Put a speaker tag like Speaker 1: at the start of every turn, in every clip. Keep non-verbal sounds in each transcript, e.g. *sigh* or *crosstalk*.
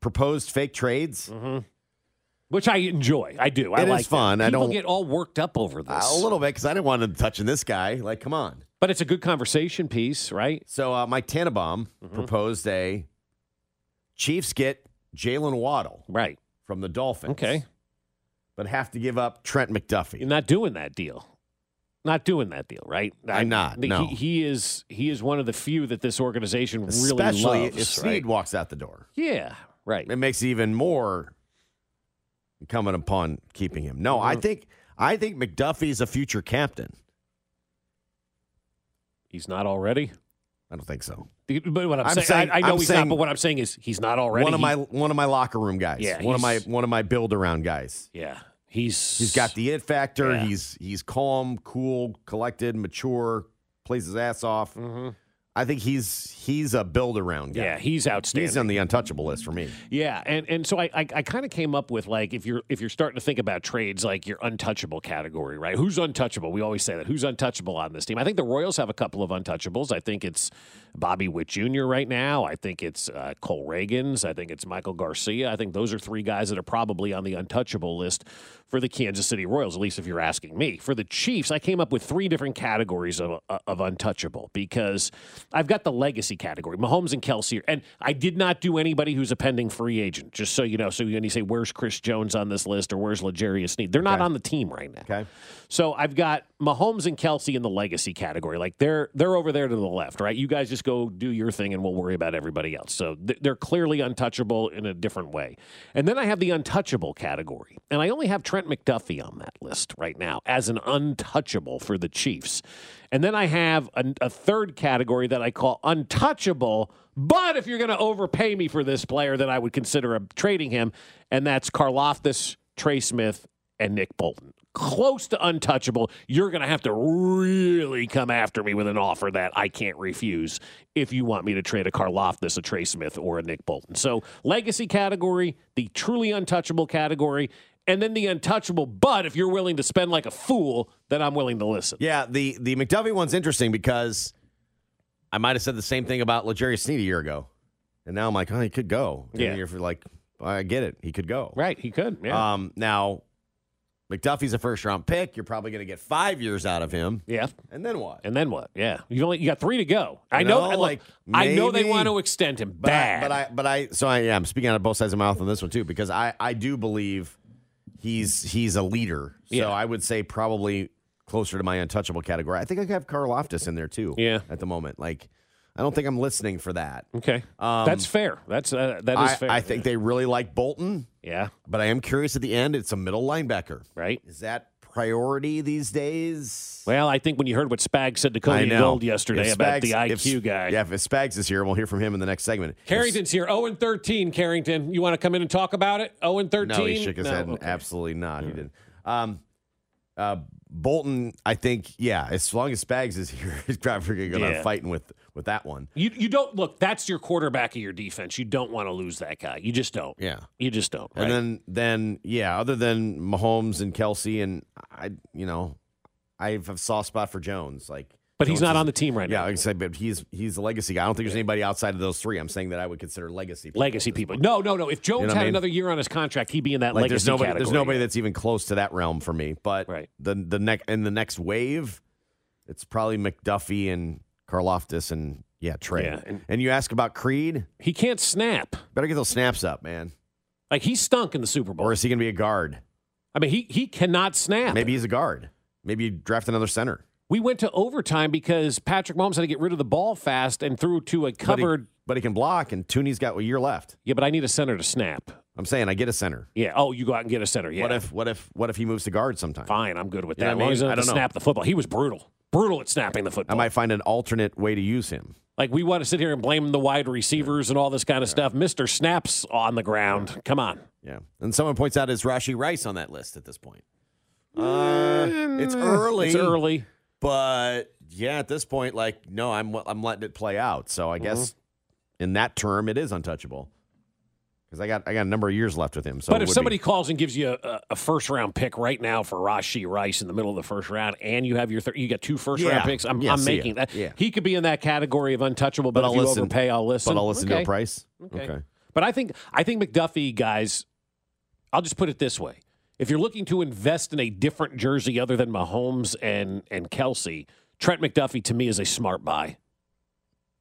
Speaker 1: proposed fake trades.
Speaker 2: Mm-hmm. which I enjoy. I do. I
Speaker 1: It is
Speaker 2: like that.
Speaker 1: fun. I
Speaker 2: People
Speaker 1: don't-
Speaker 2: get all worked up over this,
Speaker 1: Uh, a little bit because I didn't want him touching this guy. Like, come on.
Speaker 2: but it's a good conversation piece, right?
Speaker 1: So uh, Mike Tannenbaum
Speaker 2: Mm-hmm.
Speaker 1: proposed a Chiefs get Jalen Waddle
Speaker 2: Right.
Speaker 1: from the Dolphins.
Speaker 2: Okay.
Speaker 1: But have to give up Trent McDuffie.
Speaker 2: You're not doing that deal. Not doing that deal, right?
Speaker 1: I'm not,
Speaker 2: He,
Speaker 1: no.
Speaker 2: he is. He is one of the few that this organization really
Speaker 1: Especially
Speaker 2: loves.
Speaker 1: if
Speaker 2: right?
Speaker 1: Sneed walks out the door.
Speaker 2: Yeah. Right.
Speaker 1: It makes it even more incumbent upon keeping him. No,
Speaker 2: Mm-hmm.
Speaker 1: I think I think McDuffie's a future captain.
Speaker 2: He's not already.
Speaker 1: I don't think so.
Speaker 2: But what I'm,
Speaker 1: I'm
Speaker 2: saying,
Speaker 1: saying-
Speaker 2: I, I know
Speaker 1: I'm
Speaker 2: he's
Speaker 1: saying-
Speaker 2: not. But what I'm saying is, he's not already.
Speaker 1: One of
Speaker 2: He-
Speaker 1: my one of my locker room guys.
Speaker 2: Yeah,
Speaker 1: one of my
Speaker 2: he's-
Speaker 1: one of my build around guys.
Speaker 2: Yeah. He's.
Speaker 1: He's got the it factor.
Speaker 2: Yeah.
Speaker 1: He's he's calm, cool, collected, mature, plays his ass off.
Speaker 2: Mhm.
Speaker 1: I think he's he's a build around guy.
Speaker 2: Yeah. He's outstanding.
Speaker 1: he's on the untouchable list for me.
Speaker 2: Yeah, and and so I I, I kind of came up with like if you're if you're starting to think about trades like your untouchable category, right? Who's untouchable? We always say that. Who's untouchable on this team? I think the Royals have a couple of untouchables. I think it's Bobby Witt Jr. right now. I think it's uh, Cole Reagans. I think it's Michael Garcia. I think those are three guys that are probably on the untouchable list for the Kansas City Royals. At least if you're asking me. For the Chiefs, I came up with three different categories of uh, of untouchable because I've got the legacy category, Mahomes and Kelsey, and I did not do anybody who's a pending free agent. Just so you know, so when you say where's Chris Jones on this list or where's Legarius Sneed, they're not on the team right now.
Speaker 1: Okay.
Speaker 2: So I've got Mahomes and Kelsey in the legacy category. Like they're they're over there to the left, right? You guys just go do your thing, and we'll worry about everybody else. So th- they're clearly untouchable in a different way. And then I have the untouchable category, and I only have Trent McDuffie on that list right now as an untouchable for the Chiefs. And then I have a, a third category that I call untouchable. But if you're going to overpay me for this player, then I would consider uh, trading him, and that's Karloftis, Trey Smith, and Nick Bolton. Close to untouchable. You're going to have to really come after me with an offer that I can't refuse if you want me to trade a Karloftis, a Trey Smith, or a Nick Bolton. So, legacy category, the truly untouchable category, and then the untouchable. But if you're willing to spend like a fool, then I'm willing to listen.
Speaker 1: Yeah, the the McDuffie one's interesting because I might have said the same thing about Legarius Sneed a year ago, and now I'm like, oh, he could go. And
Speaker 2: Yeah.
Speaker 1: you're like, I get it, he could go.
Speaker 2: Right. He could. Yeah.
Speaker 1: Um, now McDuffie's a first round pick. You're probably going to get five years out of him,
Speaker 2: yeah.
Speaker 1: and then what?
Speaker 2: And then what? Yeah, you only you got three to go. I
Speaker 1: You
Speaker 2: know.
Speaker 1: know,
Speaker 2: look,
Speaker 1: like,
Speaker 2: I know they
Speaker 1: maybe.
Speaker 2: want to extend him
Speaker 1: But I,
Speaker 2: bad.
Speaker 1: but I, but I, so I, yeah, I'm speaking out of both sides of my mouth on this one too, because I, I do believe he's he's a leader. So
Speaker 2: Yeah.
Speaker 1: I would say probably closer to my untouchable category. I think I could have Carl Loftus in there too.
Speaker 2: Yeah.
Speaker 1: At the moment, like I don't think I'm listening for that.
Speaker 2: okay,
Speaker 1: Um,
Speaker 2: that's fair. That's uh, that is
Speaker 1: I,
Speaker 2: fair.
Speaker 1: I think they really like Bolton,
Speaker 2: Yeah,
Speaker 1: but I am curious at the end. It's a middle linebacker.
Speaker 2: right.
Speaker 1: Is that priority these days?
Speaker 2: Well, I think when you heard what Spag said to Cody Gold yesterday
Speaker 1: If
Speaker 2: about the
Speaker 1: Spags- if-
Speaker 2: IQ guy,
Speaker 1: Yeah, if Spags is here, we'll hear from him in the next segment. If-
Speaker 2: Carrington's here. Zero and thirteen. Carrington, you want to come in and talk about it? Zero and Oh thirteen.
Speaker 1: No, he shook his head. and Absolutely not. He didn't. Um, Uh, Bolton, I think, yeah, as long as Spags is *laughs* here, he's probably going to
Speaker 2: Yeah.
Speaker 1: fighting with with that one.
Speaker 2: You you don't look. That's your quarterback of your defense. You don't want to lose that guy. You just don't.
Speaker 1: Yeah.
Speaker 2: You just don't.
Speaker 1: And
Speaker 2: right?
Speaker 1: then, then yeah, other than Mahomes and Kelsey, and I, you know, I have a soft spot for Jones. Like,
Speaker 2: but he's
Speaker 1: Jones
Speaker 2: not
Speaker 1: is-
Speaker 2: on the team right
Speaker 1: yeah,
Speaker 2: now.
Speaker 1: like I said, but he's he's a legacy guy. I don't think there's anybody outside of those three. I'm saying that I would consider legacy. people.
Speaker 2: Legacy people. No, no, no. If Jones
Speaker 1: what I
Speaker 2: had
Speaker 1: mean?
Speaker 2: another year on his contract, he'd be in that
Speaker 1: Like,
Speaker 2: legacy
Speaker 1: there's nobody
Speaker 2: category.
Speaker 1: there's nobody that's even close to that realm for me. But
Speaker 2: Right.
Speaker 1: the the neck in the next wave, it's probably McDuffie and Karloftis and yeah Trey.
Speaker 2: Yeah, and-
Speaker 1: and, you ask about Creed,
Speaker 2: He can't snap.
Speaker 1: better get those snaps up, man.
Speaker 2: Like he stunk in the Super Bowl.
Speaker 1: Or is he going to be a guard?
Speaker 2: I mean, he he cannot snap.
Speaker 1: Maybe he's a guard. Maybe you draft another center.
Speaker 2: we went to overtime because Patrick Mahomes had to get rid of the ball fast and threw to
Speaker 1: But
Speaker 2: a
Speaker 1: he-
Speaker 2: covered.
Speaker 1: but he, can block, and Tooney's got a year left.
Speaker 2: yeah, but I need a center to snap.
Speaker 1: I'm saying I get a center.
Speaker 2: Yeah. Oh, you go out and get a center. Yeah.
Speaker 1: What if what if what if he moves to guard sometime?
Speaker 2: Fine, I'm good with that.
Speaker 1: Yeah, I
Speaker 2: as long
Speaker 1: mean,
Speaker 2: as he
Speaker 1: I
Speaker 2: doesn't
Speaker 1: don't know.
Speaker 2: snap the football. He was brutal. Brutal at snapping the
Speaker 1: I
Speaker 2: football.
Speaker 1: might find an alternate way to use him.
Speaker 2: Like we want to sit here and blame the wide receivers and all this kind of stuff. Mister snaps on the ground. Come on.
Speaker 1: Yeah. And someone points out is Rashi Rice on that list at this point. Uh, it's early.
Speaker 2: It's early.
Speaker 1: But yeah, at this point, like, no, I'm I'm letting it play out. So I guess
Speaker 2: Mm-hmm.
Speaker 1: in that term, it is untouchable because I got I got a number of years left with him. So
Speaker 2: but
Speaker 1: it
Speaker 2: if
Speaker 1: would
Speaker 2: somebody
Speaker 1: be,
Speaker 2: calls and gives you a, a first round pick right now for Rashi Rice in the middle of the first round, and you have your thir- you got two first
Speaker 1: Yeah.
Speaker 2: round picks, I'm,
Speaker 1: Yeah,
Speaker 2: I'm
Speaker 1: see ya.
Speaker 2: making that.
Speaker 1: Yeah.
Speaker 2: He could be in that category of untouchable. But,
Speaker 1: But
Speaker 2: if
Speaker 1: I'll
Speaker 2: you
Speaker 1: listen.
Speaker 2: overpay, I'll listen.
Speaker 1: but I'll listen to
Speaker 2: Okay.
Speaker 1: a price.
Speaker 2: Okay. But I think I think McDuffie guys. I'll just put it this way: if you're looking to invest in a different jersey other than Mahomes and and Kelsey, Trent McDuffie to me is a smart buy.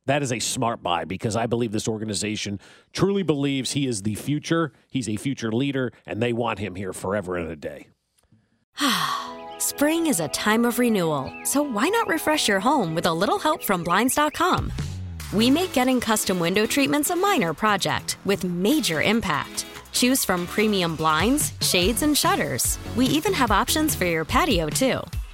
Speaker 2: That is a smart buy because I believe this organization truly believes he is the future. He's a future leader, and they want him here forever and a day.
Speaker 3: Spring is a time of renewal, so why not refresh your home with a little help from Blinds.com? We make getting custom window treatments a minor project with major impact. Choose from premium blinds, shades, and shutters. We even have options for your patio, too.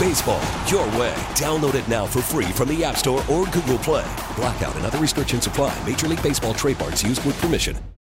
Speaker 4: Baseball, your way. Download it now for free from the App Store or Google Play. Blackout and other restrictions apply. Major League Baseball trademarks used with permission.